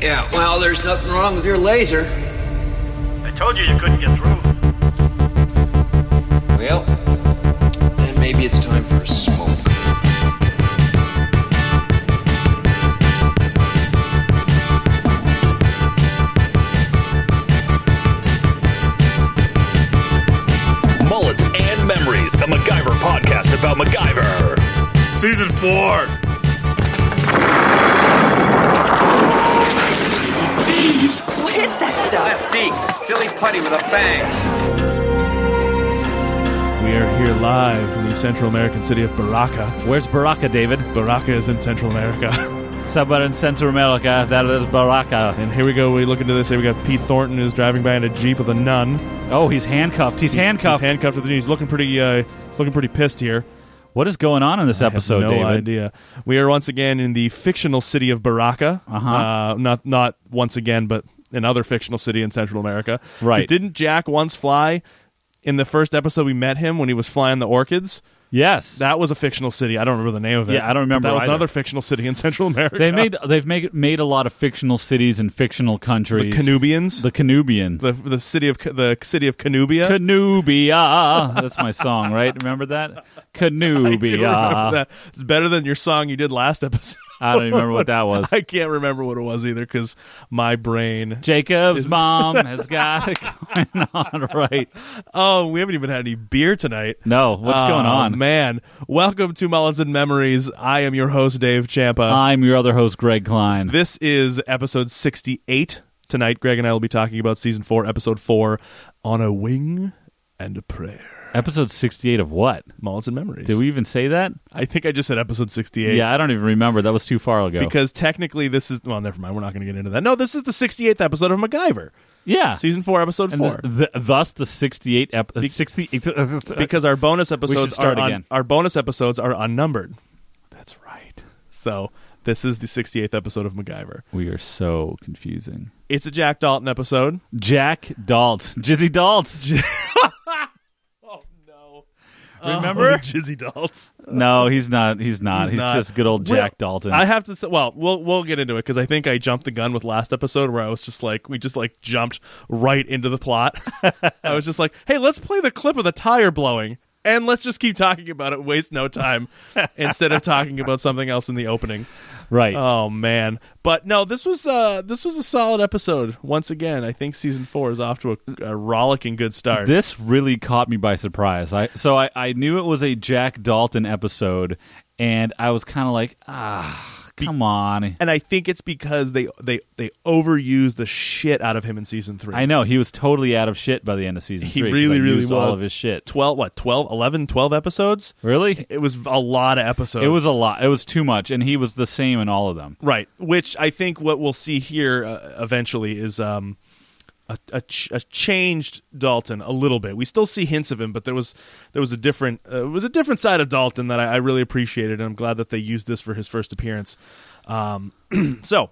Yeah, well, there's nothing wrong with your laser. I told you you couldn't get through. Well, then maybe it's time for a smoke. Mullets and Memories, a MacGyver podcast about MacGyver. Season four. What is that stuff? Mystique, silly putty with a bang. We are here live in the Central American city of Baraka. Where's Baraka, David? Baraka is in Central America. Somewhere in Central America, that is Baraka. and here we go. We look into this. Here we got Pete Thornton who's driving by in a jeep with a nun. Oh, he's handcuffed. He's, handcuffed. He's handcuffed with the He's looking pretty. Uh, he's looking pretty pissed here. what is going on in this episode, no David? idea. We are once again in the fictional city of Baraka. Uh-huh. Uh, Not not once again, but another fictional city in Central America. 'Cause Right. Didn't Jack once fly in the first episode we met him when he was flying the orchids? Yes. That was a fictional city. I don't remember the name of it. Yeah, I don't remember That was either. another fictional city in Central America. they made they've made made a lot of fictional cities and fictional the countries. Canubians, The Canubians. the the city of the city of Canubia. Canubia. That's my song, right? Remember that? I do remember Canubia. that. It's better than your song you did last episode. I don't even remember what that was. I can't remember what it was either because my brain. Jacob's mom has got it going on, right? Oh, we haven't even had any beer tonight. No, what's Oh, going on? man? Welcome to Mullins and Memories. I am your host Dave Champa. I'm your other host, Greg Klein. This is episode 68. Tonight, Greg and I will be talking about season four, episode four, On a Wing and a Prayer. Episode 68 of what? Mullets and Memories. Did we even say that? I think I just said episode 68. Yeah, I don't even remember. That was too far ago. Because technically, this is. Well, never mind. We're not going to get into that. No, this is the 68th episode of MacGyver. yeah, Season four, episode and four. th- th- thus the sixty-eight ep- sixty because our bonus episodes start are un- again. our bonus episodes are unnumbered. that's right. So this is the 68th episode of MacGyver. We are so confusing. It's a Jack Dalton episode. Jack Dalt, Jizzy Dalt. Remember? Oh, Jizzy Dalton. no, he's not. He's not. He's, not. just good old Well, Jack Dalton. I have to say, well, we'll we'll get into it because I think I jumped the gun with last episode where I was just like, we just like jumped right into the plot. I was just like, hey, let's play the clip of the tire blowing and let's just keep talking about it, waste no time instead of talking about something else in the opening. right. Oh man, but no, this was uh this was a solid episode once again. I think season four is off to a, a rollicking good start. this really caught me by surprise. I so I, I knew it was a Jack Dalton episode, and I was kind of like, ah, come on. and I think it's because they they they overused the shit out of him in season three. I know he was totally out of shit by the end of season He three. 'cause I really, really used all was. of his shit. 12 what 12 11 12 episodes Really, it was a lot of episodes It was a lot. It was too much, and he was the same in all of them. right which i think what we'll see here uh, eventually is um a, a, ch- a changed dalton a little bit we still see hints of him but there was there was a different uh, it was a different side of dalton that I, I really appreciated and i'm glad that they used this for his first appearance um so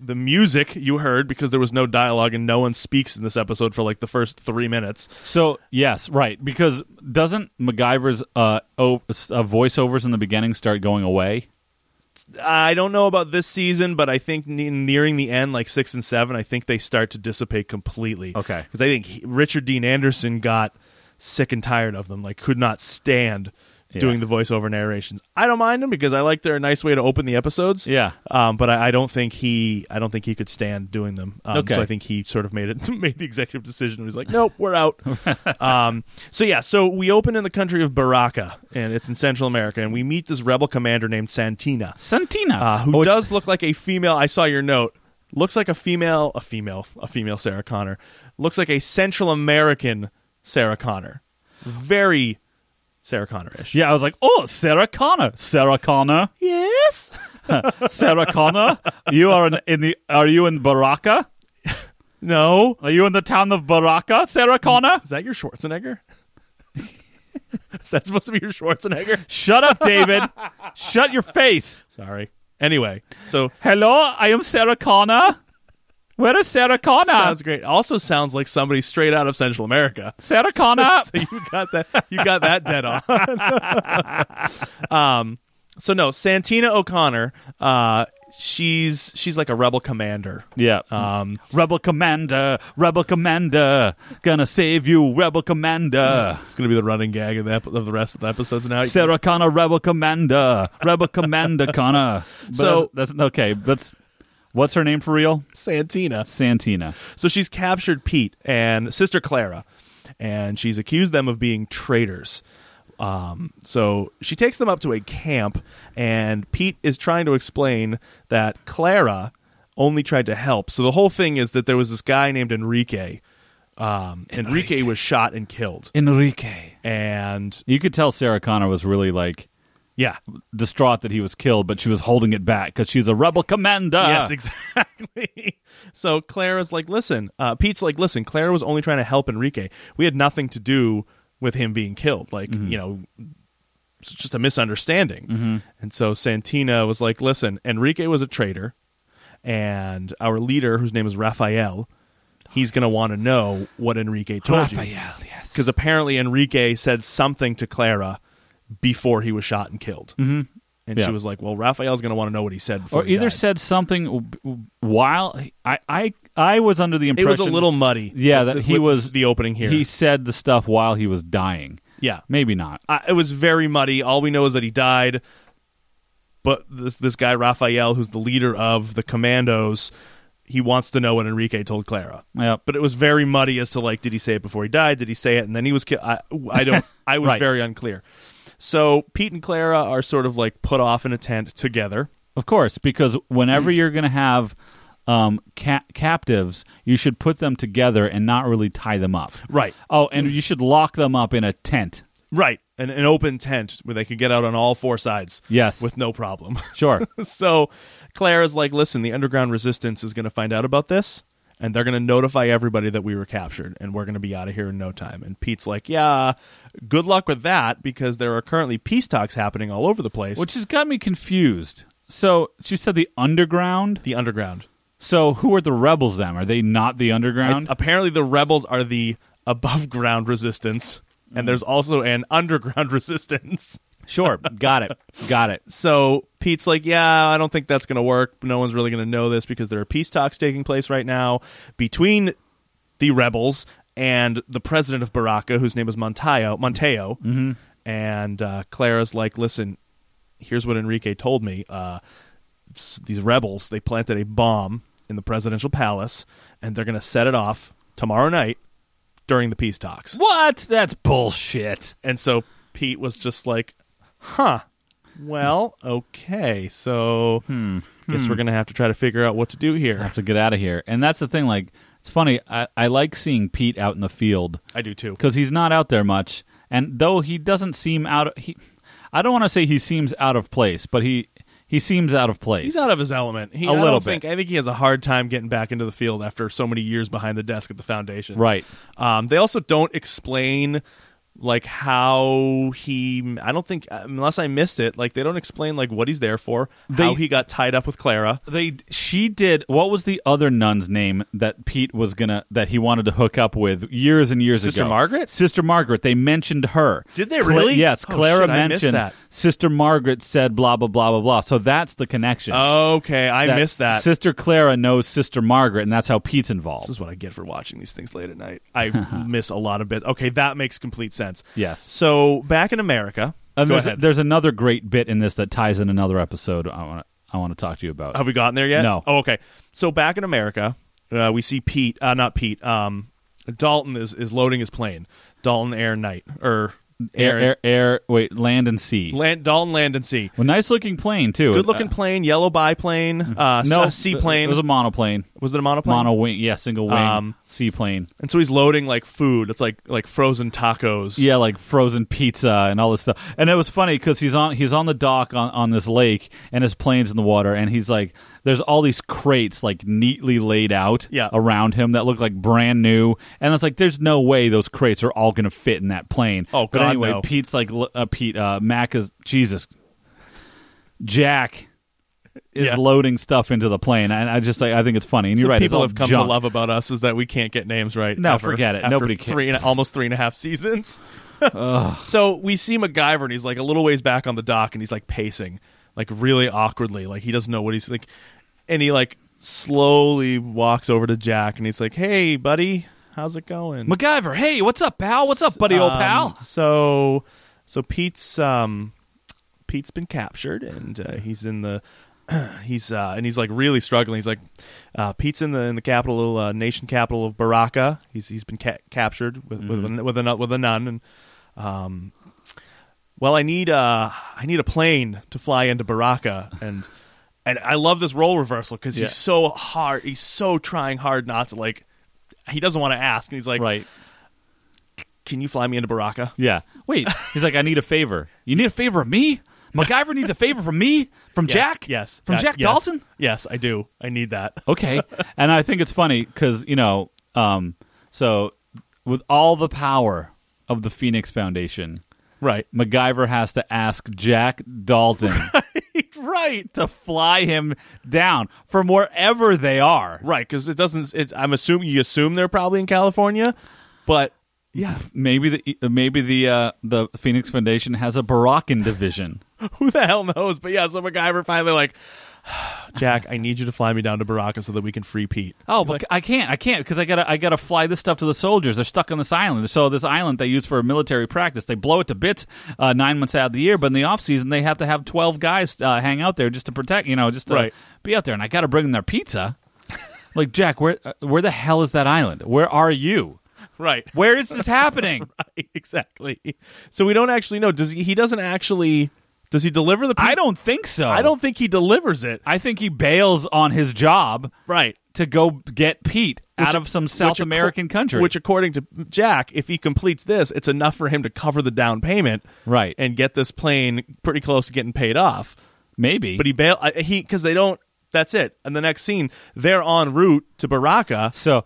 the music you heard because there was no dialogue and no one speaks in this episode for like the first three minutes So yes, right. Because doesn't MacGyver's uh, o- s- uh voiceovers in the beginning start going away? I don't know about this season, but I think ne- nearing the end, like six and seven, I think they start to dissipate completely. Okay. because I think he- Richard Dean Anderson got sick and tired of them, like could not stand Yeah. doing the voiceover narrations. I don't mind them because I like they're a nice way to open the episodes. Yeah. um, but I, I don't think he, I don't think he could stand doing them. Um, Okay. so I think he sort of made it made the executive decision. He was like, nope, we're out. um, so yeah, so we open in the country of Baraka, and it's in Central America, and we meet this rebel commander named Santina Santina, uh, who Oh, it's- does look like a female. I saw your note. Looks like a female, a female, a female Sarah Connor. Looks like a Central American Sarah Connor. Very Sarah Connor-ish. Yeah, I was like, oh, Sarah Connor, Sarah Connor, Yes. Sarah Connor. You are in, in the. Are you in Baraka? No. Are you in the town of Baraka, Sarah Connor? Is that your Schwarzenegger? Is that supposed to be your Schwarzenegger? Shut up, David. Shut your face. Sorry. Anyway, so Hello, I am Sarah Connor. Where is Sarah Connor? sounds great. Also sounds like somebody straight out of Central America. Sarah Connor. So you got that you got that dead on. um so no, Santina O'Connor, uh she's she's like a rebel commander. Yeah. Um, Rebel Commander, Rebel Commander, gonna save you, Rebel Commander. it's gonna be the running gag of the, ep- of the rest of the episodes now. Sarah Connor, Rebel Commander, Rebel Commander Connor. But So- that's, that's okay. That's what's her name for real? Santina. Santina. So she's captured Pete and Sister Clara, and she's accused them of being traitors. Um, so she takes them up to a camp, and Pete is trying to explain that Clara only tried to help. So the whole thing is that there was this guy named Enrique. Um, Enrique. was shot and killed, Enrique. and You could tell Sarah Connor was really like yeah, distraught that he was killed, but she was holding it back because she's a rebel commander. yes, exactly. so Clara's like, listen, uh, Pete's like, listen, Clara was only trying to help Enrique. We had nothing to do with him being killed. Like, Mm-hmm. you know, it's just a misunderstanding. And so Santina was like, listen, Enrique was a traitor, and our leader, whose name is Raphael, he's going to want to know what Enrique told you. Raphael, yes. Because apparently Enrique said something to Clara before he was shot and killed. Mm-hmm. And Yeah. she was like, well, Raphael's going to want to know what he said before Or he either died. said something w- w- while I, I I was under the it impression was a little muddy. Yeah, with- that he with was- the opening here. he said the stuff while he was dying. yeah, Maybe not. I, it was very muddy. All we know is that he died. But this this guy Raphael, who's the leader of the commandos, he wants to know what Enrique told Clara. Yep. But it was very muddy as to like, did he say it before he died? Did he say it and then he was killed? I, I don't. I was Right. very unclear. So Pete and Clara are sort of like put off in a tent together. Of course, because whenever you're going to have um, ca- captives, you should put them together and not really tie them up. Right. Oh, and you should lock them up in a tent. Uh, Right. An, an open tent where they could get out on all four sides. Yes. With no problem. Sure. so Claire is like, listen, the underground resistance is going to find out about this, and they're going to notify everybody that we were captured, and we're going to be out of here in no time. And Pete's like, yeah, good luck with that, because there are currently peace talks happening all over the place. Which has got me confused. So she said the underground. the underground. So who are the rebels then? Are they not the I, underground? apparently, the rebels are the above ground resistance, Mm. and there's also an underground resistance. sure. Got it. Got it. so Pete's like, yeah, I don't think that's going to work. No one's really going to know this because there are peace talks taking place right now between the rebels and the president of Baraka, whose name is Monteo. Monteo. And uh, Clara's like, listen, here's what Enrique told me. Uh, s- these rebels, they planted a bomb in the presidential palace, and they're going to set it off tomorrow night during the peace talks. What? That's bullshit. And so Pete was just like, huh. Well, okay. So guess we're going to have to try to figure out what to do here. Have to get out of here. And that's the thing. Like, it's funny. I, I like seeing Pete out in the field. I do too. because he's not out there much. And though he doesn't seem out, he, I don't want to say he seems out of place, but he he seems out of place. He's out of his element. He, A I don't little think- bit. I think he has a hard time getting back into the field after so many years behind the desk at the foundation. right. Um, they also don't explain like how he. I don't think unless I missed it. Like they don't explain like what he's there for. how They- he got tied up with Clara. They she did what was the other nun's name that Pete was gonna that he wanted to hook up with years and years Sister ago? Margaret? Sister Margaret. They mentioned her. Did they really? yes. Oh, Clara shit, I missed mentioned that. Sister Margaret said blah blah blah blah blah. So that's the connection. Okay, I Oh, That missed that. Sister Clara knows Sister Margaret, and that's how Pete's involved. This is what I get for watching these things late at night. I miss a lot of bits. Okay, that makes complete sense. Yes. So back in America, And go there's, ahead. there's another great bit in this that ties in another episode. I want to I want to talk to you about. Have we gotten there yet? No. Oh, okay. So back in America, uh, we see Pete. Uh, not Pete. Um, Dalton is is loading his plane. Dalton Air Knight or air, air, air. Wait, land and sea. Land, Dalton Land and Sea. well, nice looking plane too. Good looking Uh, Mm-hmm. plane, yellow biplane, uh, no s- seaplane. It was a monoplane. was it a monoplane? Mono wing. Yeah, single wing. Um, seaplane. and so he's loading like food. It's like like frozen tacos. Yeah, like frozen pizza and all this stuff. And it was funny because he's on he's on the dock on, on this lake, and his plane's in the water, and he's like, there's all these crates like neatly laid out Yeah. around him that look like brand new, and it's like there's no way those crates are all gonna fit in that plane. Oh, but God, anyway, no. Pete's like l- uh, Pete uh, Mac is Jesus, Jack. Is Yeah. loading stuff into the plane, and I just like I think it's funny. And So you're right. it's People all have come to junk. love about us is that we can't get names right. No, ever forget it. after Nobody can. Three and, almost three and a half seasons. so we see MacGyver, and he's like a little ways back on the dock, and he's like pacing, like really awkwardly, like he doesn't know what he's like. and he like slowly walks over to Jack and he's like, "Hey, buddy, how's it going?" MacGyver, hey, what's up, pal? What's up, buddy, old Um, pal? So, so Pete's um, Pete's been captured, and uh, he's in the he's uh, and he's like really struggling. He's like uh, Pete's in the in the capital uh, nation capital of Baraka. He's he's been ca- captured with Mm-hmm. with with a nun- with a nun, and um, well, I need uh, I need a plane to fly into Baraka, and and I love this role reversal because Yeah. he's so hard. He's so trying hard not to like. He doesn't want to ask, and he's like, Right. "Can you fly me into Baraka?" Yeah. Wait. He's like, I need a favor. You need a favor of me? MacGyver needs a favor from me? From Yes, Jack? Yes. From that- Jack yes. Dalton? Yes, I do. I need that. Okay. and I think it's funny because, you know, um, so with all the power of the Phoenix Foundation, Right. MacGyver has to ask Jack Dalton right. to fly him down from wherever they are. Right, because it doesn't. It's, I'm assuming you assume they're probably in California, but Yeah. Maybe the maybe the uh, the Phoenix Foundation has a Barakan division. who the hell knows? But yeah, so MacGyver finally like, Jack, I need you to fly me down to Baraka so that we can free Pete. Oh, but I can't. I can't because I gotta. I gotta fly this stuff to the soldiers. They're stuck on this island. So this island they use for military practice. They blow it to bits uh, nine months out of the year. But in the off season, they have to have twelve guys uh, hang out there just to protect. You know, just to Right. be out there. And I gotta bring them their pizza. like Jack, where uh, where the hell is that island? Where are you? Right. Where is this happening? Right. Exactly. So we don't actually know. Does he? He doesn't actually. Does he deliver the? I don't think so. I don't think he delivers it. I think he bails on his job Right. to go get Pete out of some South which acco- American country. Which, according to Jack, if he completes this, it's enough for him to cover the down payment, Right. and get this plane pretty close to getting paid off. maybe, But he bail I- he because they don't. That's it. And the next scene, they're en route to Baraka. So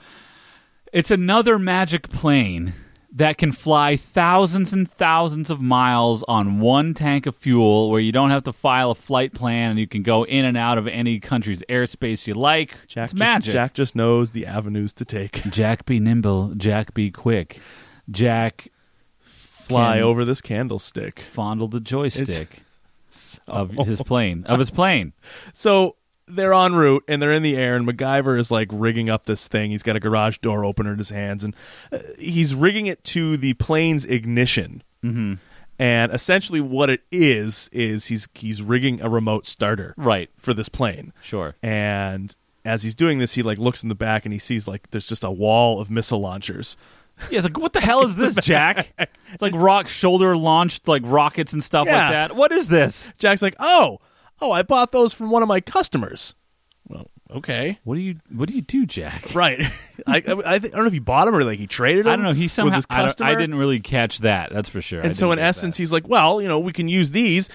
it's another magic plane that can fly thousands and thousands of miles on one tank of fuel where you don't have to file a flight plan and you can go in and out of any country's airspace you like. Jack it's just, magic. Jack just knows the avenues to take. Jack be nimble, Jack be quick. Jack Fly Can- over this candlestick. fondled the joystick of his plane. Of his plane. So they're en route and they're in the air, and MacGyver is like rigging up this thing. He's got a garage door opener in his hands, and uh, he's rigging it to the plane's ignition. Mm-hmm. And essentially, what it is is he's he's rigging a remote starter Right. for this plane. Sure. And as he's doing this, he like looks in the back and he sees like there's just a wall of missile launchers. Yeah, it's like, what the hell is this, Jack? It's like rock shoulder launched like rockets and stuff Yeah. like that. What is this? Jack's like, "Oh, oh, I bought those from one of my customers." Well, okay. What do you What do you do, Jack? Right. I I, I think- I don't know if he bought them or like he traded them. I don't know. He somehow with his I don't- customer. I, didn't really catch that. That's for sure. I And so in didn't get essence, he's like, "Well, you know, we can use these.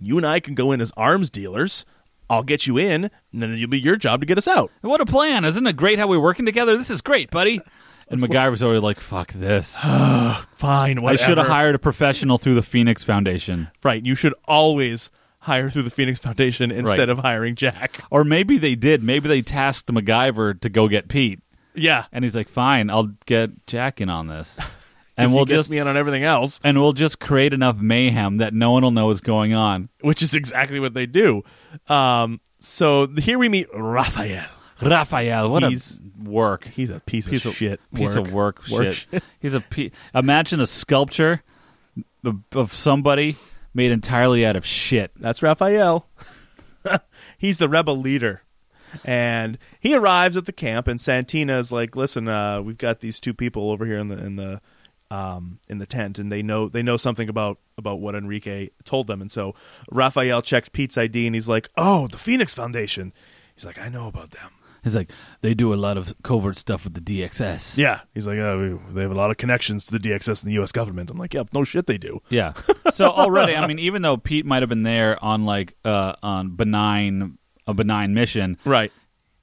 You and I can go in as arms dealers. I'll get you in, and then it'll be your job to get us out." that. what a plan! Isn't it great how we're working together? This is great, buddy. And MacGyver's already like, "Fuck this! Fine. I Whatever. should have hired a professional through the Phoenix Foundation, Right. You should always hire through the Phoenix Foundation instead of hiring Jack. or maybe they did. Maybe they tasked MacGyver to go get Pete, Yeah. and he's like, "Fine, I'll get Jack in on this, 'Cause and he we'll gets just me in on everything else, and we'll just create enough mayhem that no one will know what's going on." which is exactly what they do. Um, so here we meet Raphael. Raphael, what He's- a work! He's a piece, piece of, of shit. piece of work, shit. shit. He's a pe- imagine a sculpture of, of somebody made entirely out of shit. That's Raphael. He's the rebel leader. And he arrives at the camp and Santina's like, "Listen, uh, we've got these two people over here in the in the um, in the tent and they know they know something about about what Enrique told them." And so Raphael checks Pete's ID and he's like, "Oh, the Phoenix Foundation." He's like, "I know about them." He's like, they do a lot of covert stuff with the DXS. Yeah. He's like, oh, we- they have a lot of connections to the DXS and the U.S. government. I'm like, yep, no shit they do. Yeah. So already, I mean, even though Pete might have been there on like uh, on benign a benign mission, Right.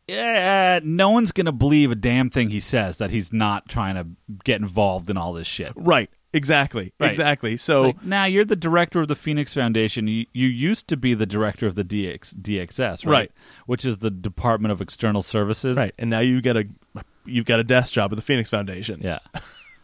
yeah, no one's gonna believe a damn thing he says that he's not trying to get involved in all this shit. Right. Exactly. Right. Exactly. So, It's like, now you're the director of the Phoenix Foundation. You, you used to be the director of the DX, DXS, right? Right. Which is the Department of External Services. right. And now you get a you've got a desk job at the Phoenix Foundation. Yeah.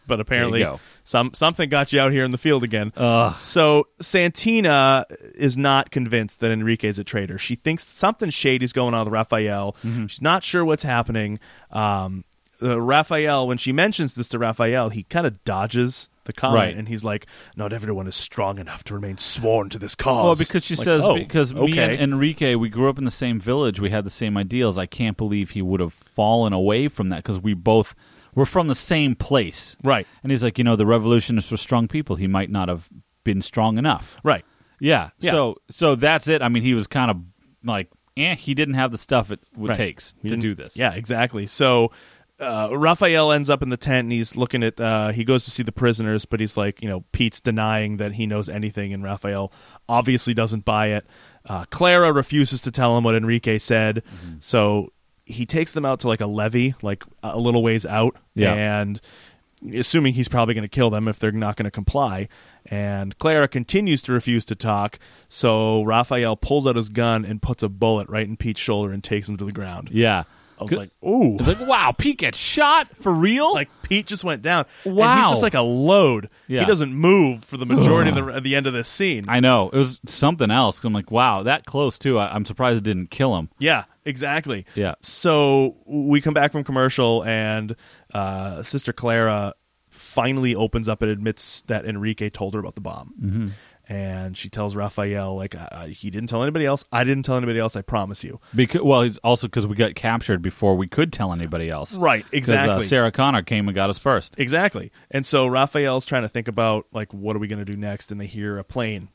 but apparently go. some something got you out here in the field again. So Santina is not convinced that Enrique's a traitor. She thinks something shady's going on with Raphael. She's not sure what's happening. Um, uh, Raphael, when she mentions this to Raphael, he kind of dodges the comment Right. and he's like, "Not everyone is strong enough to remain sworn to this cause." Well, because she Like, says "Oh, because me and okay." Enrique, we grew up in the same village. We had the same ideals. I can't believe he would have fallen away from that because we both were from the same place. right, And he's like, you know, the revolutionists were strong people. He might not have been strong enough. right. Yeah. Yeah. So so that's it. I mean, he was kind of like, eh, he didn't have the stuff it would Right. takes to Didn't- do this. Yeah, exactly. So uh, Raphael ends up in the tent and he's looking at. Uh, he goes to see the prisoners, but he's like, you know, Pete's denying that he knows anything, and Raphael obviously doesn't buy it. Uh, Clara refuses to tell him what Enrique said, Mm-hmm. so he takes them out to like a levee, like a little ways out, Yeah. and assuming he's probably going to kill them if they're not going to comply. And Clara continues to refuse to talk, so Raphael pulls out his gun and puts a bullet right in Pete's shoulder and takes him to the ground. Yeah. I was C- like, ooh. it's like, wow, Pete gets shot for real. Like Pete just went down. And Wow. he's just like a load. Yeah. He doesn't move for the majority of the, at the end of this scene. I know it was something else. 'cause I'm like, wow, that close too. I, I'm surprised it didn't kill him. yeah, exactly. Yeah. So we come back from commercial, and uh, Sister Clara finally opens up and admits that Enrique told her about the bomb. Mm-hmm. And she tells Raphael, like, I, I- he didn't tell anybody else. I didn't tell anybody else. I promise you. Because well, it's also because we got captured before we could tell anybody else. 'Cause, Because, uh, Exactly. Sarah Connor came and got us first. Exactly. And so Raphael's trying to think about like what are we going to do next and they hear a plane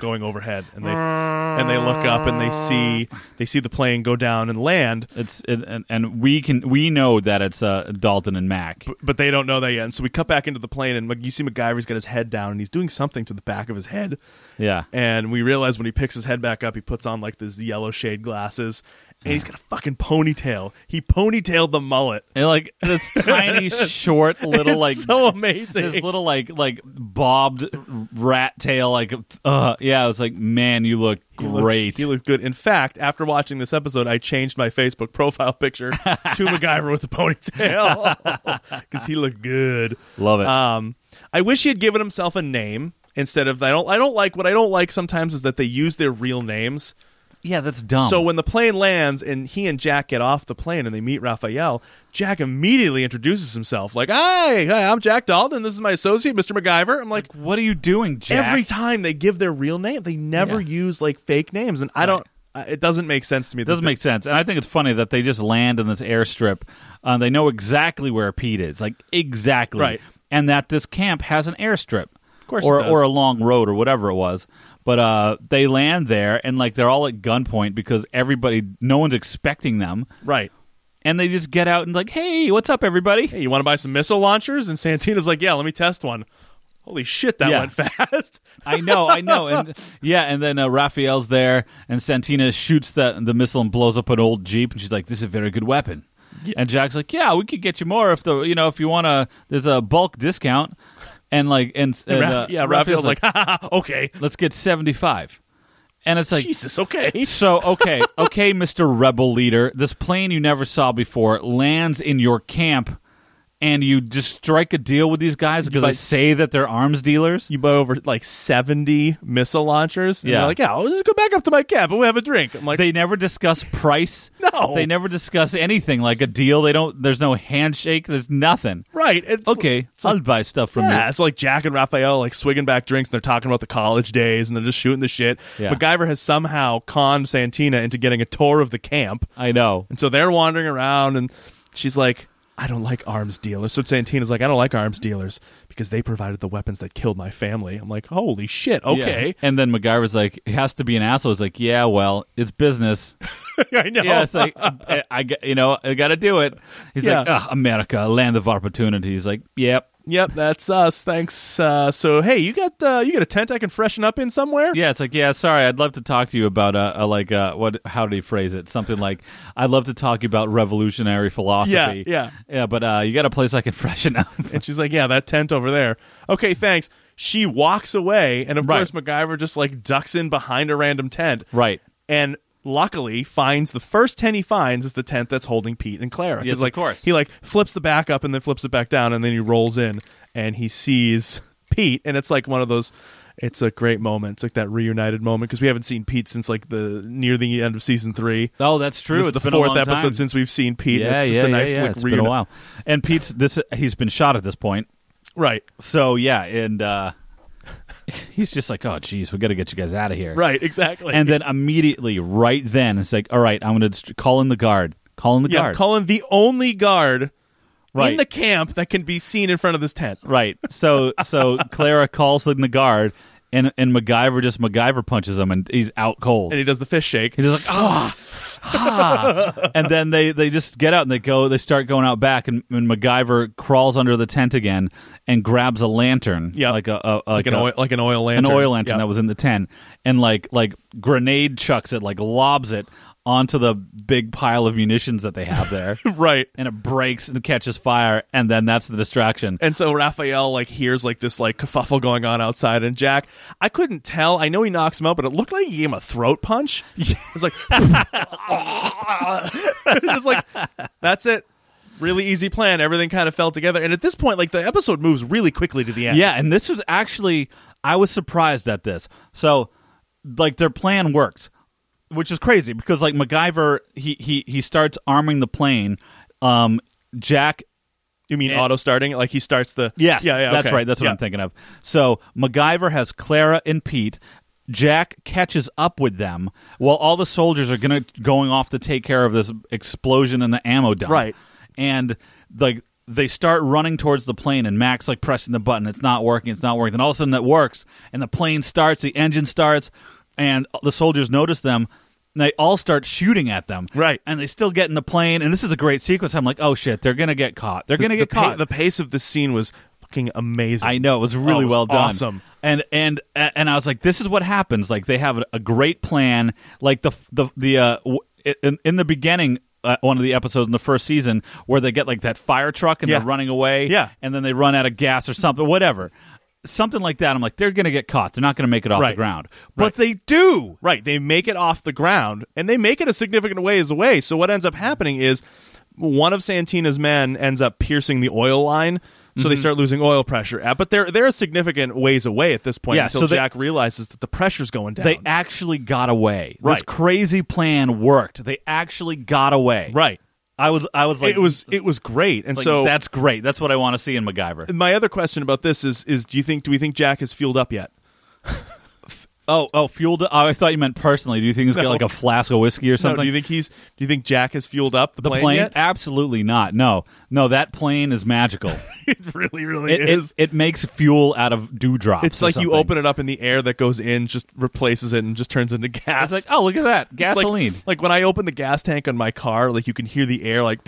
going overhead and they and they look up and they see they see the plane go down and land It's it, and, and we can we know that it's uh, Dalton and Mac. but they don't know that yet. And so we cut back into the plane and like, you see MacGyver's got his head down and he's doing something to the back of his head yeah. and we realize when he picks his head back up he puts on like this yellow shade glasses and he's got a fucking ponytail. He ponytailed the mullet. And like this tiny, short, little It's like so amazing. this little like like bobbed rat tail. Like, uh, yeah, I was like, man, you look looks- great. he looked good. In fact, after watching this episode, I changed my Facebook profile picture to MacGyver with a ponytail because he looked good. Love it. Um, I wish he had given himself a name instead of I don't. I don't like what I don't like sometimes is that they use their real names. yeah, that's dumb. So when the plane lands and he and Jack get off the plane and they meet Raphael, Jack immediately introduces himself like, "Hi, hi, I'm Jack Dalton. This is my associate, Mr. MacGyver." I'm like, what are you doing, Jack? every time they give their real name. They never Yeah. use like fake names, and I don't. I- It doesn't make sense to me. It doesn't make sense. And I think it's funny that they just land in this airstrip. Um, they know exactly where Pete is, like exactly, Right. And that this camp has an airstrip, of course or it does. or a long road or whatever it was. But uh, they land there, and like they're all at gunpoint because everybody, no one's expecting them, right. and they just get out and like, hey, what's up, everybody? Hey, you want to buy some missile launchers? And Santina's like, "Yeah, let me test one." Holy shit, that Yeah. went fast. I know, I know, and yeah, and then uh, Raphael's there, and Santina shoots the the missile and blows up an old jeep, and she's like, "This is a very good weapon." And Jack's like, "Yeah, we could get you more if the you know if you want to. There's a bulk discount." And like, and, and, Raph- uh, yeah, Raphael's like, "Ha, ha, ha, "Okay, "Let's get seventy five. And it's like, Jesus, okay." so okay, okay, Mister Rebel Leader, this plane you never saw before lands in your camp, and you just strike a deal with these guys because buy they s- say that they're arms dealers. You buy over like seventy missile launchers. And Yeah. yeah, like yeah, I'll just go back up to my cab and we'll have a drink. I'm like, they never discuss price. No. they never discuss anything like a deal. They don't. There's no handshake. There's nothing. right? It's, Okay, it's I'll like, buy stuff from yeah, you. it's like Jack and Raphael like swigging back drinks and they're talking about the college days and they're just shooting the shit. Yeah. MacGyver has somehow conned Santina into getting a tour of the camp. I know. And so they're wandering around and she's like, I don't like arms dealers. So Santina's like, I don't like arms dealers because they provided the weapons that killed my family. I'm like, holy shit, okay. Yeah. And then MacGyver's like, it has to be an asshole. He's like, yeah, well, it's business. I know. Yeah, it's like, I, I got- you know, I got to do it. He's Yeah. like, Ugh, America, land of opportunity. He's like, yep. yep, that's us. Thanks. Uh, so hey, you got uh, you got a tent I can freshen up in somewhere? Yeah, it's like, yeah, sorry, I'd love to talk to you about, uh, uh like, uh, what, how did he phrase it? Something like, I'd love to talk to you about revolutionary philosophy. yeah. Yeah, but, uh, you got a place I can freshen up. And she's like, Yeah, that tent over there. Okay, thanks. She walks away, and of Right. course MacGyver just like ducks in behind a random tent. right. And luckily finds the first tent he finds is the tent that's holding Pete and Clara. 'Cause, Yes, of like, course. He like flips the back up and then flips it back down, and then he rolls in and he sees Pete, and it's like one of those. It's a great moment. It's like that reunited moment because we haven't seen Pete since like the near the end of season three. Oh, that's true. This is It's the been a fourth long episode time. since we've seen Pete. yeah, it's just yeah, a nice yeah, yeah. like It's reuni- been a while. And Pete's this he's been shot at this point. Right, So yeah, and uh, he's just like, oh, geez, we got to get you guys out of here. right, exactly. And then immediately, right then, it's like, all right, I'm going to call in the guard. Call in the yeah, guard. Colin, the only guard right. in the camp that can be seen in front of this tent. right. So so Clara calls in the guard, and and MacGyver just MacGyver punches him, and he's out cold. And he does the fish shake. He's just like, ah, ah. and then they, they just get out and they go, they start going out back, and, and MacGyver crawls under the tent again and grabs a lantern, Yeah. like a, a like, an a- oil, like an oil an lantern. oil lantern Yeah. that was in the tent, and like like grenade chucks it, like lobs it onto the big pile of munitions that they have there, right. and it breaks and catches fire, and then that's the distraction. And so Raphael like hears like this like kerfuffle going on outside, and Jack, I couldn't tell. I know he knocks him out, but it looked like he gave him a throat punch. It's like, just like that's it. Really easy plan. Everything kind of fell together. And at this point, like the episode moves really quickly to the end. Yeah, and this was actually I was surprised at this. So like their plan worked, which is crazy because like MacGyver he he he starts arming the plane. Um Jack You mean auto starting? Like he starts the Yes, yeah, yeah. that's okay. right. That's what Yeah. I'm thinking of. So MacGyver has Clara and Pete. Jack catches up with them while all the soldiers are gonna going off to take care of this explosion in the ammo dump. Right. and like they start running towards the plane, and Max like pressing the button. It's not working. It's not working. And all of a sudden, that works, and the plane starts. The engine starts, and the soldiers notice them. And they all start shooting at them. Right. and they still get in the plane. And this is a great sequence. I'm like, oh shit, they're gonna get caught. They're gonna the get pa- caught. the pace of this scene was fucking amazing. I know it was really Oh, it was well done. awesome. And and and I was like, this is what happens. Like they have a, a great plan. Like the the the uh, w- in, in the beginning. Uh, one of the episodes in the first season where they get like that fire truck and Yeah. they're running away, Yeah. and then they run out of gas or something, whatever, something like that. I'm like, they're gonna get caught. They're not gonna make it off the Right. ground, but they do. Right. They make it off the ground and they make it a significant ways away. So what ends up happening is one of Santina's men ends up piercing the oil line. So Mm-hmm. they start losing oil pressure, Uh, but they're they're a significant ways away at this point Yeah, until so they- Jack realizes that the pressure's going down. They actually got away. This Right. crazy plan worked. They actually got away. right. I was I was like, it was it was great, and like, so that's great. That's what I want to see in MacGyver. my other question about this is is do you think do we think Jack is fueled up yet? Oh, oh, fueled. Oh, I thought you meant personally. Do you think he's got No. like a flask of whiskey or No, something? do you think he's do you think Jack has fueled up the, the plane? yet? Absolutely not. No, no, that plane is magical. it really really it, is. it, it makes fuel out of dewdrops. It's or like you something. open it up and the air that goes in just replaces it and just turns into gas. It's like, oh, look at that It's like- gasoline. Like, when I open the gas tank on my car, like you can hear the air like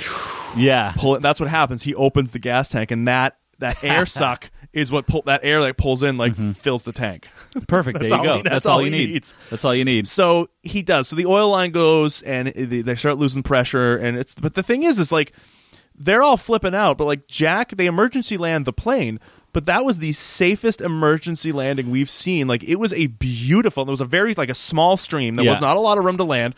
yeah, pull it. That's what happens. He opens the gas tank and that that air suck is what pull that air like pulls in like Mm-hmm. fills the tank. perfect. There That's you all go. he- that's, that's all, all you he need. needs. That's all you need. So he does. So the oil line goes and they they start losing pressure and it's but the thing is is like they're all flipping out, but like Jack, they emergency land the plane. But that was the safest emergency landing we've seen. Like it was a beautiful. There was a very like a small stream. There Yeah. was not a lot of room to land.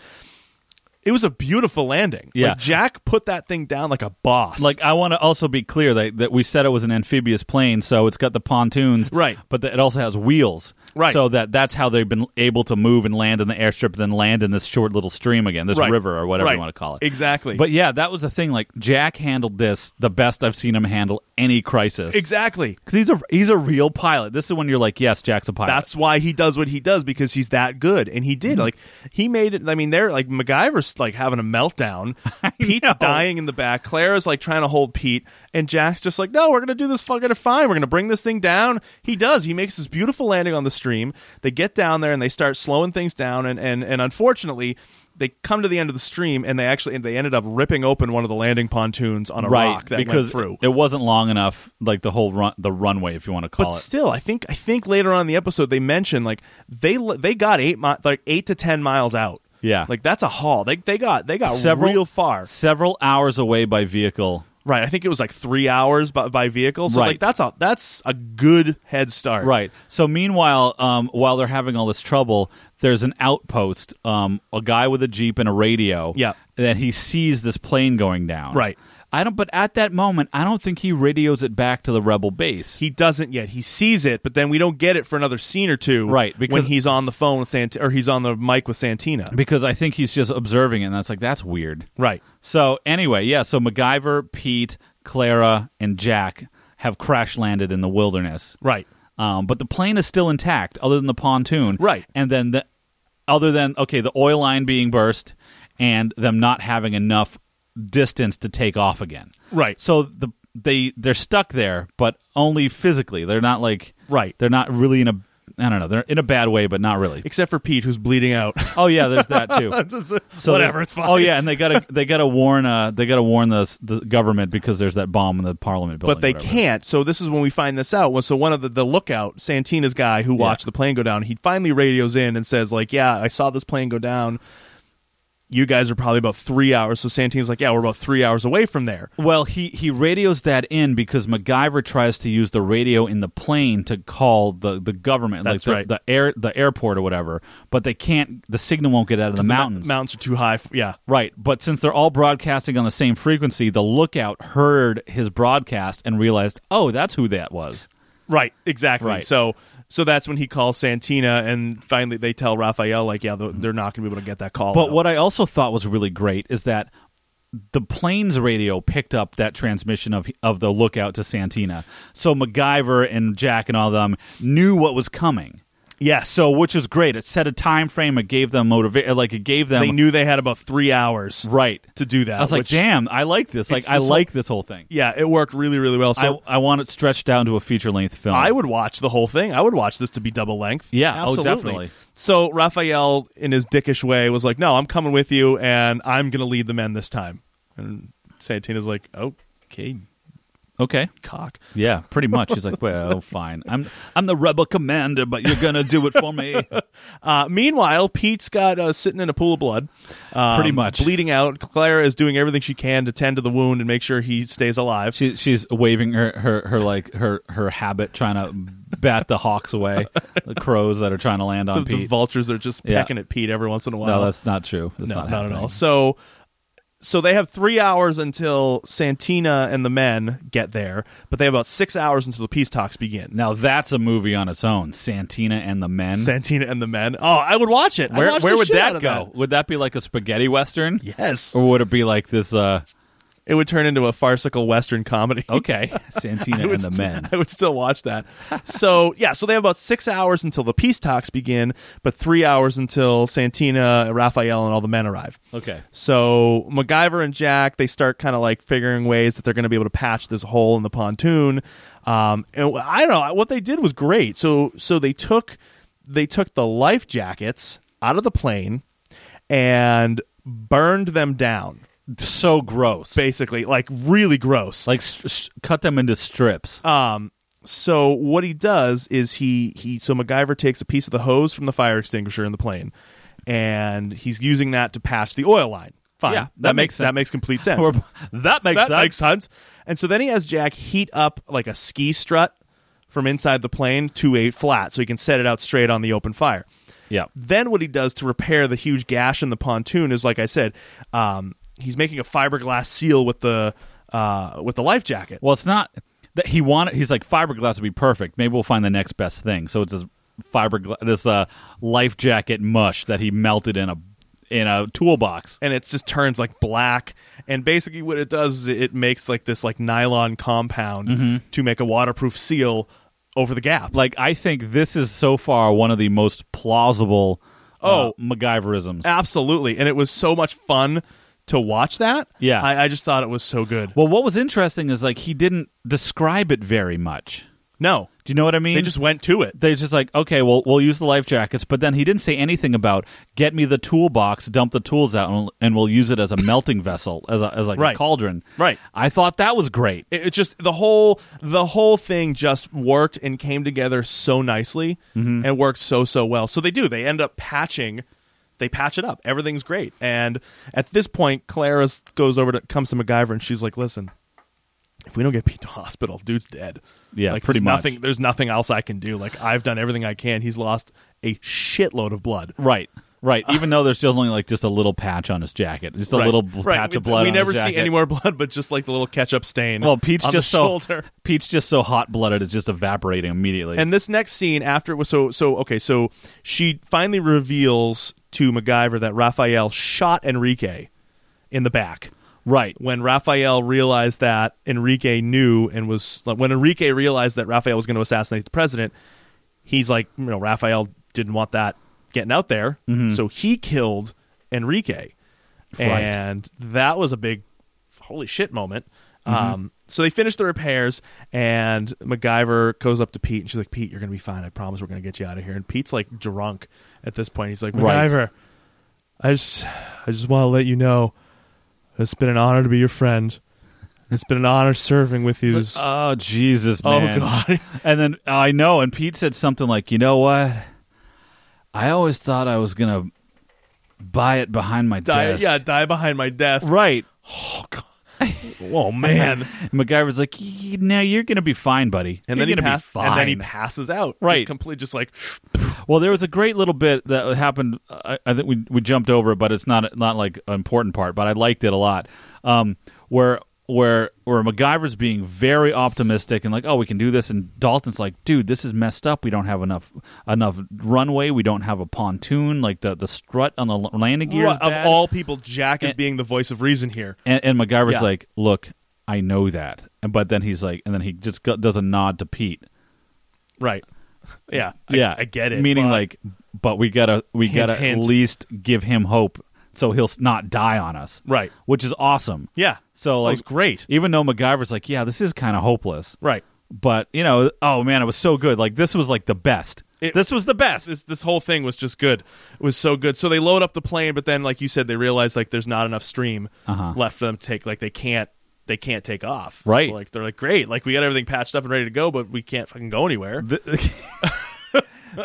It was a beautiful landing. Yeah. Like Jack put that thing down like a boss. Like I want to also be clear that, that we said it was an amphibious plane, so it's got the pontoons, Right. But that it also has wheels, Right. So that that's how they've been able to move and land in the airstrip, then land in this short little stream again, this Right. river or whatever Right. you want to call it. Exactly. But yeah, that was the thing. Like Jack handled this the best I've seen him handle any crisis. exactly. Because he's a he's a real pilot. This is when you're like, yes, Jack's a pilot. That's why he does what he does because he's that good, and he Mm-hmm. did. Like he made it. I mean, they're like MacGyver's like having a meltdown. Pete's know. dying in the back. Clara's like trying to hold Pete, and Jack's just like, "No, we're gonna do this fucking fine. We're gonna bring this thing down." He does. He makes this beautiful landing on the stream. They get down there and they start slowing things down, and and and unfortunately. They come to the end of the stream and they actually and they ended up ripping open one of the landing pontoons on a right rock that went because through. it wasn't long enough. Like the whole run the runway, if you want to call But it. still, I think I think later on in the episode they mentioned like they they got eight mi- like eight to ten miles out. Yeah. like that's a haul. They they got they got Several- real far. Several hours away by vehicle. Right, I think it was like three hours by, by vehicle. So Right. like that's a that's a good head start. Right. So meanwhile, um, while they're having all this trouble, there's an outpost, um, a guy with a jeep and a radio. Yeah. That he sees this plane going down. Right. I don't. But at that moment, I don't think he radios it back to the rebel base. He doesn't yet. He sees it, but then we don't get it for another scene or two. Right, when because- he's on the phone with Sant or he's on the mic with Santina. because I think he's just observing it, and that's like that's weird. Right. So anyway, yeah. So MacGyver, Pete, Clara, and Jack have crash landed in the wilderness. Right. Um, but the plane is still intact, other than the pontoon. Right. And then the other than okay, the oil line being burst and them not having enough distance to take off again. Right. So the they they're stuck there, but only physically. They're not like Right. They're not really in a I don't know. They're in a bad way, but not really. Except for Pete, who's bleeding out. Oh yeah, there's that too. So Whatever, there's- it's fine. Oh yeah, and they gotta they gotta warn uh they gotta warn the the government because there's that bomb in the parliament building. but they whatever. can't. So this is when we find this out. Well, So one of the, the lookout, Santina's guy who watched the plane go down, he finally radios in and says, like, yeah, I saw this plane go down. You guys are probably about three hours. So Santina's like, yeah, we're about three hours away from there. Well, he he radios that in because MacGyver tries to use the radio in the plane to call the, the government, That's like right. the, the air the airport or whatever. But they can't. The signal won't get out of the The mountains. mountains are too high. f yeah. Right, but since they're all broadcasting on the same frequency, the lookout heard his broadcast and realized, oh, that's who that was. Right, exactly. Right. So so that's when he calls Santina, and finally they tell Raphael, like, yeah, th- they're not going to be able to get that call. But out. what I also thought was really great is that the plane's radio picked up that transmission of of the lookout to Santina. So MacGyver and Jack and all of them knew what was coming. Yes. So which is great. It set a time frame. It gave them motivation. Like it gave them they knew they had about three hours right. to do that. I was like, which- damn, I like this. Like It's I this like this whole thing. Yeah, it worked really, really well. So I I want it stretched down to a feature length film. I would watch the whole thing. I would watch this to be double length. Yeah, oh, definitely. So Raphael, in his dickish way, was like, "No, I'm coming with you, and I'm going to lead the men this time." And Santina's like, "Okay, Okay. cock." Yeah, pretty much. He's like, well, fine. I'm I'm the rebel commander, but you're gonna do it for me. Uh, meanwhile, Pete's got uh, sitting in a pool of blood, um, Pretty much. bleeding out. Clara is doing everything she can to tend to the wound and make sure he stays alive. She, she's waving her, her, her like her her habit, trying to bat the hawks away, the crows that are trying to land the, on the Pete. vultures are just Yeah. pecking at Pete every once in a while. no, that's not true. That's no, not, not, at happening. all. So, so they have three hours until Santina and the men get there, but they have about six hours until the peace talks begin. Now that's a movie on its own. Santina and the Men. Santina and the men. Oh, I would watch it. I'd where watch where the would shit out that of go? Would that be like a spaghetti western? Yes, Or would it be like this? uh it would turn into a farcical western comedy. Okay, Santina Oh, and the st- Men. I would still watch that. So yeah, so they have about six hours until the peace talks begin, but three hours until Santina, Raphael, and all the men arrive. Okay. So MacGyver and Jack they start kind of like figuring ways that they're going to be able to patch this hole in the pontoon. Um, and I don't know what they did was great. So so they took they took the life jackets out of the plane and burned them down. So gross. Basically, like really gross. Like s s- cut them into strips. Uh, so what he does is he he so MacGyver takes a piece of the hose from the fire extinguisher in the plane, and he's using that to patch the oil line. Fine, Yeah, that, that makes makes that sense. makes complete sense. Or- that makes that sense. makes sense. And so then he has Jack heat up like a ski strut from inside the plane to a flat, so he can set it out straight on the open fire. Yeah. Then what he does to repair the huge gash in the pontoon is, like I said, um, he's making a fiberglass seal with the uh, with the life jacket. Well, it's not that he wanted. He's like fiberglass would be perfect. Maybe we'll find the next best thing. So it's this fiberglass, this uh, life jacket mush that he melted in a in a toolbox. and it just turns like black and basically what it does is it makes like this like nylon compound to make a waterproof seal over the gap Like I think this is so far one of the most plausible. uh, Oh. MacGyverisms. absolutely and it was so much fun to watch that Yeah. i, I just thought it was so good well, what was interesting is like he didn't describe it very much. no Do you know what I mean? they just went to it they're just like, okay, well, we'll use the life jackets, but then he didn't say anything about get me the toolbox, dump the tools out, and, and we'll use it as a melting vessel, as a, as like Right. a cauldron. Right. I thought that was great. it, it just the whole the whole thing just worked and came together so nicely Mm-hmm. and worked so so well so they do they end up patching they patch it up everything's great and at this point clara goes over to comes to MacGyver and she's like listen if we don't get Pete to hospital dude's dead Yeah, like, pretty there's much. nothing there's nothing else i can do like i've done everything i can he's lost a shitload of blood. Right. Right. Even though there's still only like just a little patch on his jacket, just a Right. little bl- Right. patch we, of blood. We on never his see jacket. any more blood, but just like the little ketchup stain. Well, Pete's on just the so shoulder. Pete's just so hot blooded, it's just evaporating immediately. And this next scene after it was so so okay, so she finally reveals to MacGyver that Raphael shot Enrique in the back. right. When Raphael realized that Enrique knew and was like, when Enrique realized that Raphael was going to assassinate the president, he's like, you know, Raphael didn't want that getting out there, so he killed Enrique, Mm-hmm. Right. and that was a big holy shit moment. Mm-hmm. Um, so they finish the repairs, and MacGyver goes up to Pete, and she's like, "Pete, you're gonna be fine. I promise. We're gonna get you out of here." And Pete's like drunk at this point. He's like, Right. "MacGyver, I just, I just want to let you know, it's been an honor to be your friend. It's been an honor serving with you. This- Oh Jesus, oh man! God, And then I know, and Pete said something like, "You know what? I always thought I was gonna buy it behind my die, desk." yeah, die behind my desk. right. Oh man." And MacGyver's like, "Y- "No, you're gonna be fine, buddy." And You're then, he gonna pass- be fine. and then he passes out. Right. Just completely just like, Well, there was a great little bit that happened. I, I think we we jumped over it, but it's not not like an important part. But I liked it a lot. Um, where where where MacGyver's being very optimistic and like, oh, we can do this, and Dalton's like, dude, this is messed up. We don't have enough enough runway. We don't have a pontoon. Like the the strut on the l- landing gear is of bad." Eh. all people, Jack is And- being the voice of reason here. And, and MacGyver's Yeah. like, look, I know that. And but then he's like, and then he just go- does a nod to Pete. Right. Yeah. I- yeah, I, get it. Meaning, but- like, but we gotta we Hint, gotta hint. at least give him hope, so he'll s- not die on us, Right. Which is awesome. yeah. So That like, was great. Even though MacGyver's like, yeah, this is kind of hopeless, Right. But you know, oh man, it was so good. Like this was like the best. It- this was the best. This this whole thing was just good. It was so good. So they load up the plane, but then, like you said, they realize like there's not enough stream left for them to take. Like they can't they can't take off. Uh-huh. Right. So, like they're like, great. Like we got everything patched up and ready to go, but we can't fucking go anywhere. Th-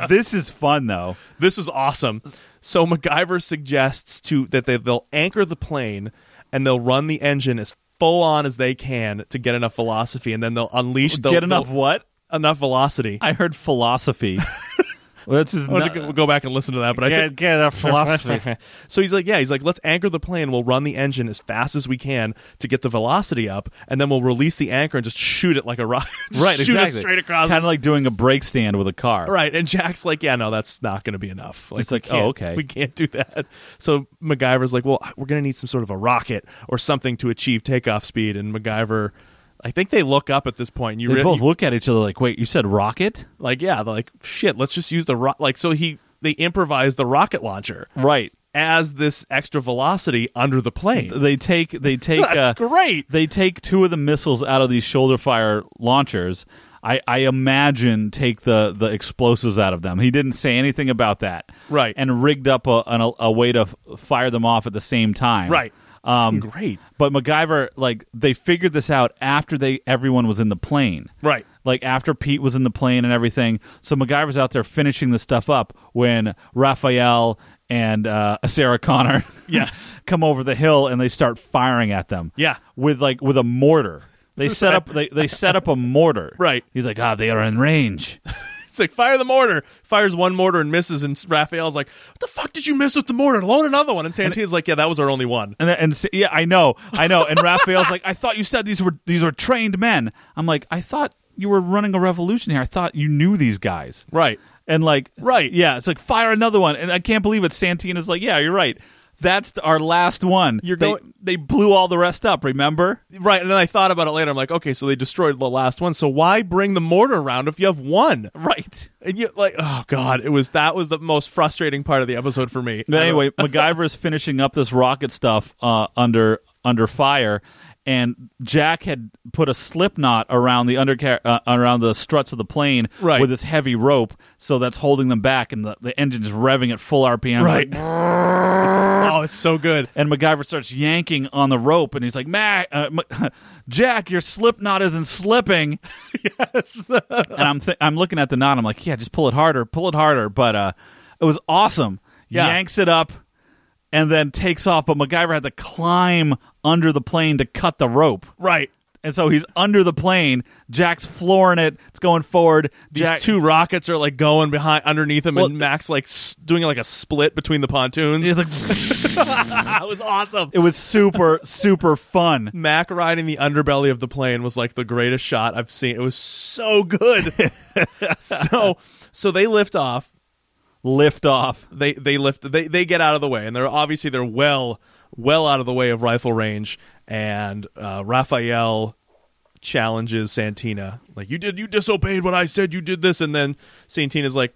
this is fun though. This was awesome. So MacGyver suggests to that they they'll anchor the plane and they'll run the engine as full on as they can to get enough velocity, and then they'll unleash they'll, Get enough they'll- what? enough velocity. I heard philosophy. well, that's just We'll not, have to go- go back and listen to that, but I get, think get enough philosophy. so he's like, yeah, he's like, let's anchor the plane. We'll run the engine as fast as we can to get the velocity up, and then we'll release the anchor and just shoot it like a rocket, Just Right, shoot exactly. it straight across. Kind of like doing a brake stand with a car. Right, and Jack's like, yeah, no, that's not going to be enough. Like, It's we like, oh, can't- okay. we can't do that. So MacGyver's like, well, we're going to need some sort of a rocket or something to achieve takeoff speed, and MacGyver. I think they look up at this point. And you They re- both you- look at each other like, "Wait, you said rocket?" like, yeah, they're like shit. Let's just use the ro-. like. So he they improvised the rocket launcher Right. as this extra velocity under the plane. They take they take uh, That's great. they take two of the missiles out of these shoulder fire launchers. I, I imagine take the, the explosives out of them. He didn't say anything about that. Right. And rigged up a, an, a way to f- fire them off at the same time. Right. Um, great. But MacGyver, like, they figured this out after they everyone was in the plane. Right. Like after Pete was in the plane and everything, so MacGyver's out there finishing the stuff up when Raphael and uh, Sarah Connor Yes. come over the hill and they start firing at them. Yeah. with like with a mortar. They set up they, they set up a mortar. Right. He's like, ah, they are in range. It's like fire the mortar. Fires one mortar and misses, and Raphael's like, "What the fuck did you miss with the mortar? Load another one." And Santana's like, "Yeah, that was our only one." And, and s- yeah, I know, I know. And Raphael's like, I thought you said these were these were trained men. I'm like, I thought you were running a revolution here. I thought you knew these guys. Right. And like, Right. Yeah, it's like fire another one. And I can't believe it. Santina's like, yeah, you're right. That's th- our last one. You're they, going- they blew all the rest up. Remember? Right. And then I thought about it later. I'm like, okay, so they destroyed the last one. So why bring the mortar around if you have one? Right. And you like, oh god, it was that was the most frustrating part of the episode for me. But anyway, MacGyver is finishing up this rocket stuff uh, under under fire, and Jack had put a slip knot around the undercar- uh, around the struts of the plane Right. with this heavy rope, so that's holding them back, and the, the engine's revving at full RPM. right. oh, it's so good. And MacGyver starts yanking on the rope, and he's like, "Mac, uh, Ma- Jack, your slip knot isn't slipping." yes. and I'm th- I'm looking at the knot. I'm like, "Yeah, just pull it harder, pull it harder." But uh, it was awesome. Yeah. Yanks it up, and then takes off. But MacGyver had to climb under the plane to cut the rope. Right. and so he's under the plane. Jack's flooring it. It's going forward. These Jack, two rockets are like going behind underneath him, Well, and Max like s- doing like a split between the pontoons. He's like, that was awesome. it was super super fun. Mac riding the underbelly of the plane was like the greatest shot I've seen. It was so good. so so they lift off. Lift off. They they lift they they get out of the way and they're obviously they're well well out of the way of rifle range and uh, Raphael challenges Santina like you did you disobeyed what I said you did this and then Santina's like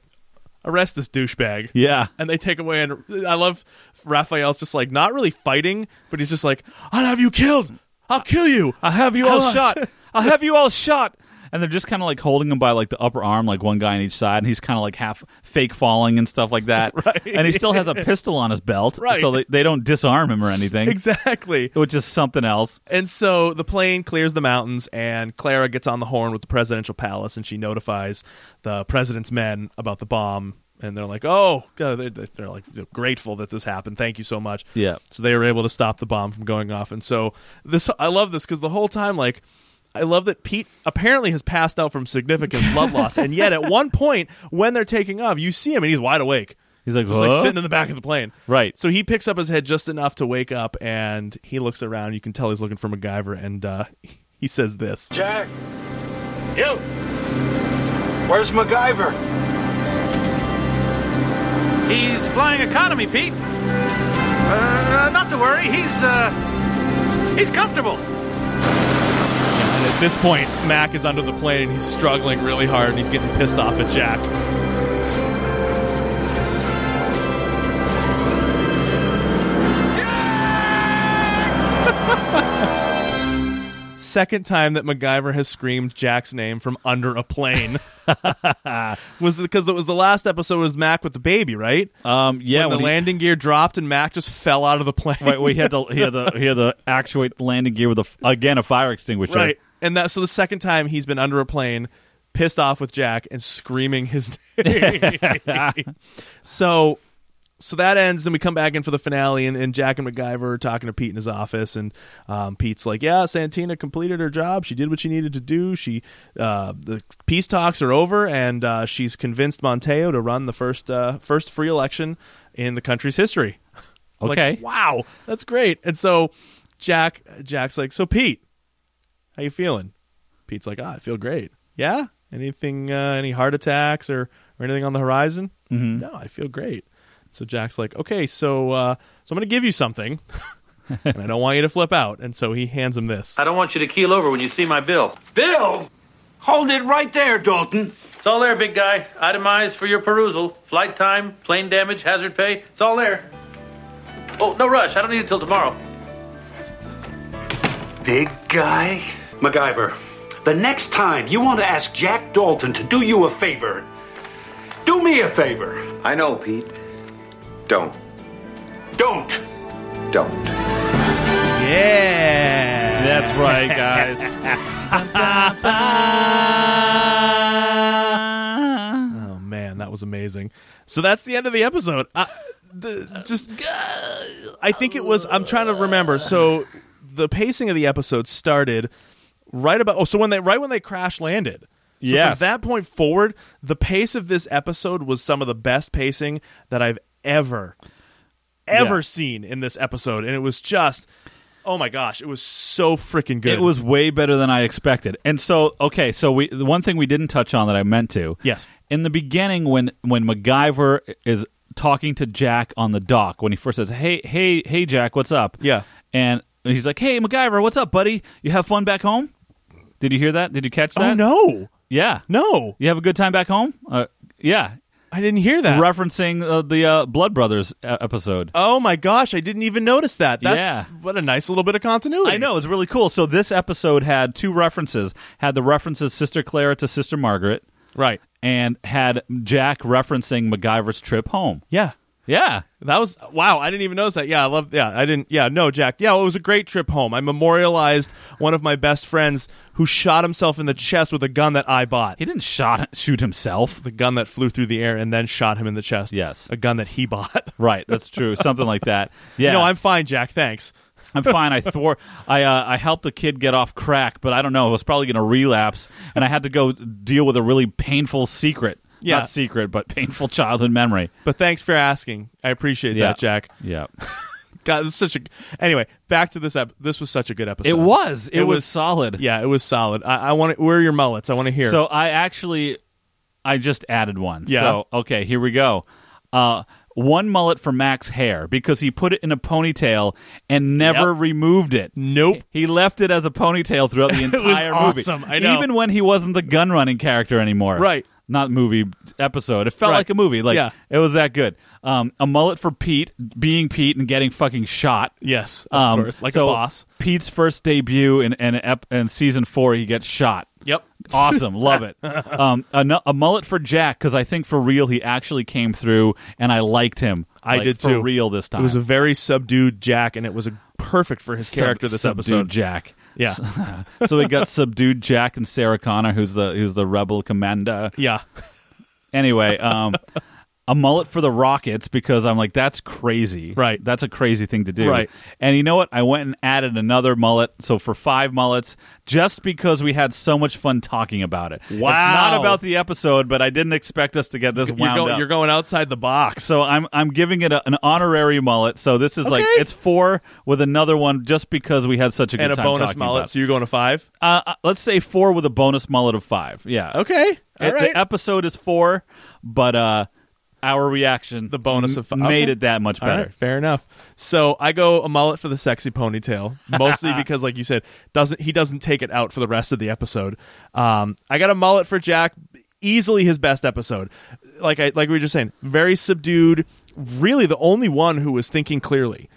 arrest this douchebag Yeah. and they take away and I love Raphael's just like not really fighting, but he's just like, I'll have you killed. I'll kill you. I'll have you How all much? shot. I'll have you all shot. And they're just kind of like holding him by like the upper arm, like one guy on each side, and he's kind of like half fake falling and stuff like that. Right. And he still has a pistol on his belt, Right. so they, they don't disarm him or anything, Exactly. which is something else. And so the plane clears the mountains and Clara gets on the horn with the presidential palace and she notifies the president's men about the bomb and they're like, "Oh, God, they're, they're like grateful that this happened. Thank you so much." Yeah. So they were able to stop the bomb from going off. And so this I love this cuz the whole time like I love that Pete apparently has passed out from significant blood loss, and yet at one point when they're taking off, you see him and he's wide awake. He's like, Just like "Huh?" sitting in the back of the plane. Right. So he picks up his head just enough to wake up, and he looks around. You can tell he's looking for MacGyver, and uh, he says this. Jack, Yo, where's MacGyver? he's flying economy, Pete. Uh, not to worry, he's uh, he's comfortable. And at this point, Mac is under the plane, and he's struggling really hard, and he's getting pissed off at Jack. Second time that MacGyver has screamed Jack's name from under a plane was because it was the last episode was Mac with the baby, right? Um, yeah, when, the when he- landing gear dropped and Mac just fell out of the plane. Right, we had to he had to he had to actuate the landing gear with a f- again a fire extinguisher. Right. And that so the second time he's been under a plane, pissed off with Jack and screaming his name. so so that ends, and we come back in for the finale, and, and Jack and MacGyver are talking to Pete in his office, and um, Pete's like, "Yeah, Santina completed her job. She did what she needed to do. She uh, the peace talks are over, and uh, she's convinced Monteo to run the first uh, first free election in the country's history." Like, Okay. wow, that's great. And so Jack Jack's like, so Pete, how you feeling? Pete's like, ah, I feel great. Yeah. Anything? Uh, any heart attacks or or anything on the horizon? No, I feel great. So Jack's like, okay, so uh, so I'm gonna give you something, and I don't want you to flip out. And so he hands him this. I don't want you to keel over when you see my bill. Bill, hold it right there, Dalton. It's all there, big guy. Itemized for your perusal. Flight time, plane damage, hazard pay. It's all there. Oh, no rush. I don't need it till tomorrow. Big guy? MacGyver, the next time you want to ask Jack Dalton to do you a favor, do me a favor. I know, Pete. Don't. Don't. Don't. Yeah, That's right, guys. Oh man, that was amazing. So that's the end of the episode. I, the, just, I think it was. I'm trying to remember. So the pacing of the episode started right about. Oh, so when they right when they crash landed. So Yes. From that point forward, the pace of this episode was some of the best pacing that I've ever, ever Yeah. seen in this episode, and it was just. Oh my gosh, it was so freaking good. It was way better than I expected. And so, okay, so we the one thing we didn't touch on that I meant to. Yes. In the beginning when when MacGyver is talking to Jack on the dock when he first says, "Hey, hey, hey Jack, what's up?" Yeah. And he's like, "Hey MacGyver, what's up, buddy? You have fun back home?" Did you hear that? Did you catch that? Oh no, Yeah. no, You have a good time back home? Uh, yeah. I didn't hear that. Referencing uh, the uh, Blood Brothers uh, episode. Oh my gosh, I didn't even notice that. That's Yeah. what a nice little bit of continuity. I know it's really cool. So this episode had two references. Had the references Sister Clara to Sister Margaret, Right. and had Jack referencing MacGyver's trip home. Yeah. Yeah, That was wow, I didn't even notice that. Yeah, I love yeah, I didn't yeah, no, Jack. Yeah, it was a great trip home. I memorialized one of my best friends who shot himself in the chest with a gun that I bought. he didn't shot shoot himself. The gun that flew through the air and then shot him in the chest. Yes. A gun that he bought. Right, that's true. Something like that. Yeah, No, I'm fine, Jack. Thanks. I'm fine. I thwart. I uh, I helped a kid get off crack, but I don't know. I was probably going to relapse, and I had to go deal with a really painful secret. Yeah. Not secret, but painful childhood memory. But thanks for asking. I appreciate Yeah. that, Jack. Yeah. God, this is such a. Anyway, back to this. Ep- this was such a good episode. It was. It, It was, was- solid. Yeah, it was solid. I, I want. Where are your mullets? I want to hear. So I actually, I just added one. Yeah. So okay, here we go. Uh, one mullet for Mac's hair because he put it in a ponytail and never removed it. nope. He left it as a ponytail throughout the was entire movie. awesome. I know. Even when he wasn't the gun running character anymore. Right. Not movie episode. It felt Right. like a movie. Like Yeah. it was that good. Um, a mullet for Pete being Pete and getting fucking shot. Yes, of Um, course, like so a boss. Pete's first debut in in, ep- in season four, he gets shot. Yep. Awesome, love it. Um, a, nu- a mullet for Jack because I think for real he actually came through, and I liked him. I like, did for too. real this time. It was a very subdued Jack, and it was a, perfect for his Sub- character this subdued episode. Jack. Yeah, so we got subdued Jack and Sarah Connor, who's the who's the rebel commander. yeah. Anyway, um, a mullet for the Rockets because I'm like, that's crazy, Right. That's a crazy thing to do, Right. And you know what? I went and added another mullet, so for five mullets, just because we had so much fun talking about it. Wow, it's not about the episode, but I didn't expect us to get this You're, wound go- up. you're going outside the box. so I'm I'm giving it a, an honorary mullet. So this is like Okay. it's four with another one just because we had such a good and a time bonus talking mullet. about it. So you're going to five. Uh, uh, let's say four with a bonus mullet of five. Yeah. Okay, all It- right. The episode is four, but uh, our reaction, The bonus of five. made Okay. it that much All right, better. fair enough. So I go a mullet for the sexy ponytail, mostly because, like you said, doesn't he doesn't take it out for the rest of the episode. Um, I got a mullet for Jack, easily his best episode. Like I like we were just saying, very subdued. Really, the only one who was thinking clearly.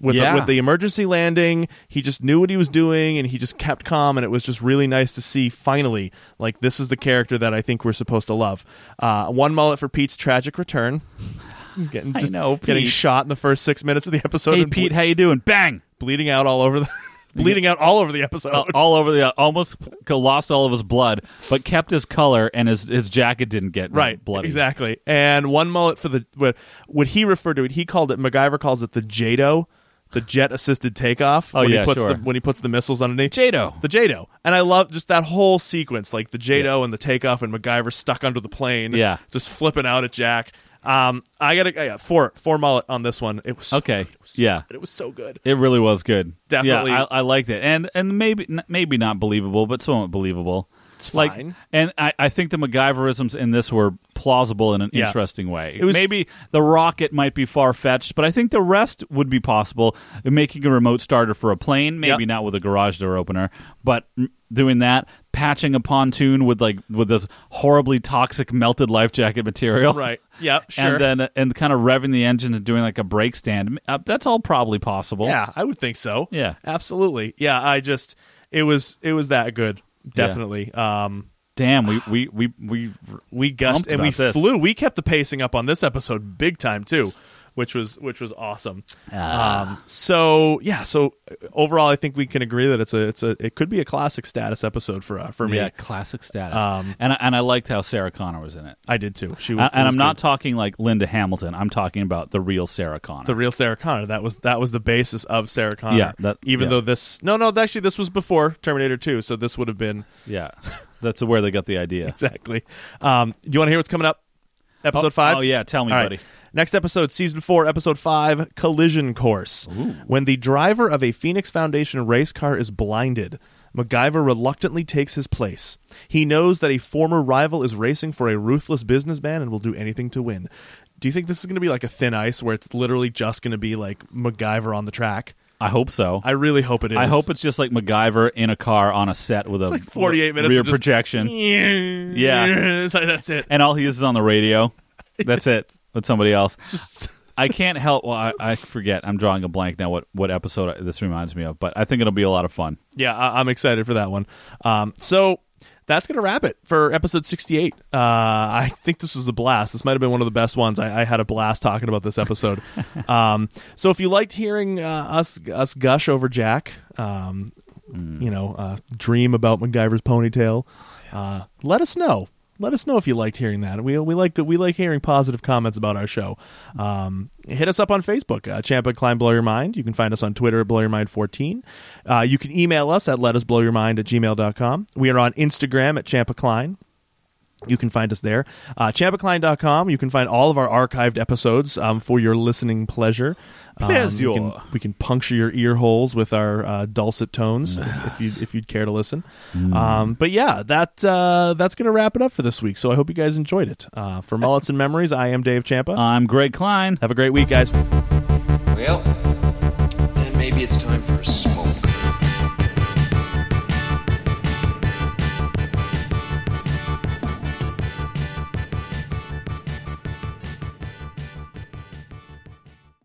With, Yeah. the, with the emergency landing, he just knew what he was doing, and he just kept calm, and it was just really nice to see. Finally, like this is the character that I think we're supposed to love. Uh, one mullet for Pete's tragic return. He's getting I just know, getting Pete. shot in the first six minutes of the episode. Hey and ble- Pete, how you doing? Bang! bleeding out all over the bleeding out all over the episode. Uh, all over the uh, almost c- lost all of his blood, but kept his color and his his jacket didn't get right, bloody. exactly. And one mullet for the what, what he referred to it. He called it MacGyver calls it the Jado, the jet assisted takeoff. Oh, when yeah, he puts sure. the, when he puts the missiles underneath. Jado. The Jado. And I love just that whole sequence, like the Jado and the takeoff and MacGyver stuck under the plane. Yeah. Just flipping out at Jack. Um, I got I got four four mullet on this one. It was so Okay. good. It was so Yeah. good. It was so good. It really was good. Definitely. yeah, I, I liked it, and and maybe n- maybe not believable, but somewhat believable. It's fine. and I, I think the MacGyverisms in this were plausible in an Yeah. interesting way. It was- maybe the rocket might be far fetched, but I think the rest would be possible. Making a remote starter for a plane, maybe Yep. not with a garage door opener, but mm, doing that, patching a pontoon with like with this horribly toxic melted life jacket material, Right. Yep. Sure. And then uh, and kind of revving the engines and doing like a brake stand. Uh, that's all probably possible. Yeah, I would think so. Yeah. absolutely. Yeah, I just it was it was that good. Definitely. Um, Damn, we we we we we gushed Pumped and we about this. flew. We kept the pacing up on this episode big time too, which was which was awesome. Ah. Um, so yeah, so uh, overall, I think we can agree that it's a it's a it could be a classic status episode for uh, for me. yeah, classic status. Um, and I, and I liked how Sarah Connor was in it. I did too. She was, I- and was I'm not good. talking like Linda Hamilton. I'm talking about the real Sarah Connor. the real Sarah Connor. That was that was the basis of Sarah Connor. Yeah, that- even yeah. though this no no actually this was before Terminator Two, so this would have been yeah, that's where they got the idea. exactly. Um, you want to hear what's coming up? Episode five. oh, yeah, tell me, All right. buddy. Next episode, season four, episode five, collision course. When the driver of a Phoenix Foundation race car is blinded, MacGyver reluctantly takes his place. He knows that a former rival is racing for a ruthless businessman and will do anything to win. Do you think this is going to be like a thin ice where it's literally just going to be like MacGyver on the track? I hope so. I really hope it is. I hope it's just like MacGyver in a car on a set with a like 48 minutes rear of just- projection, yeah. That's it. and all he uses on the radio. That's it with somebody else. Just I can't help. Well, I, I forget. I'm drawing a blank now. What what episode this reminds me of? But I think it'll be a lot of fun. yeah, I- I'm excited for that one. Um, so that's gonna wrap it for episode 68. Uh, I think this was a blast. This might have been one of the best ones. I, I had a blast talking about this episode. um, so if you liked hearing uh, us us gush over Jack, um, you know, uh, dream about MacGyver's ponytail, uh, let us know. let us know if you liked hearing that. We we like we like hearing positive comments about our show. Um, hit us up on Facebook, uh, Champa Klein Blow Your Mind. You can find us on Twitter at Blow Your Mind 14. Uh, you can email us at let us blow your mind at gmail.com. We are on Instagram at Champa Klein. You can find us there. Uh, ChampaCline.com. You can find all of our archived episodes um, for your listening pleasure. Um, Pleasure. we, can, we can puncture your ear holes with our uh, dulcet tones if, you, if you'd care to listen. Um, but yeah, that uh, that's going to wrap it up for this week. So I hope you guys enjoyed it. Uh, for Mullets and Memories, I am Dave Champa. I'm Greg Klein. Have a great week, guys. Well. And maybe it's time for a smoke.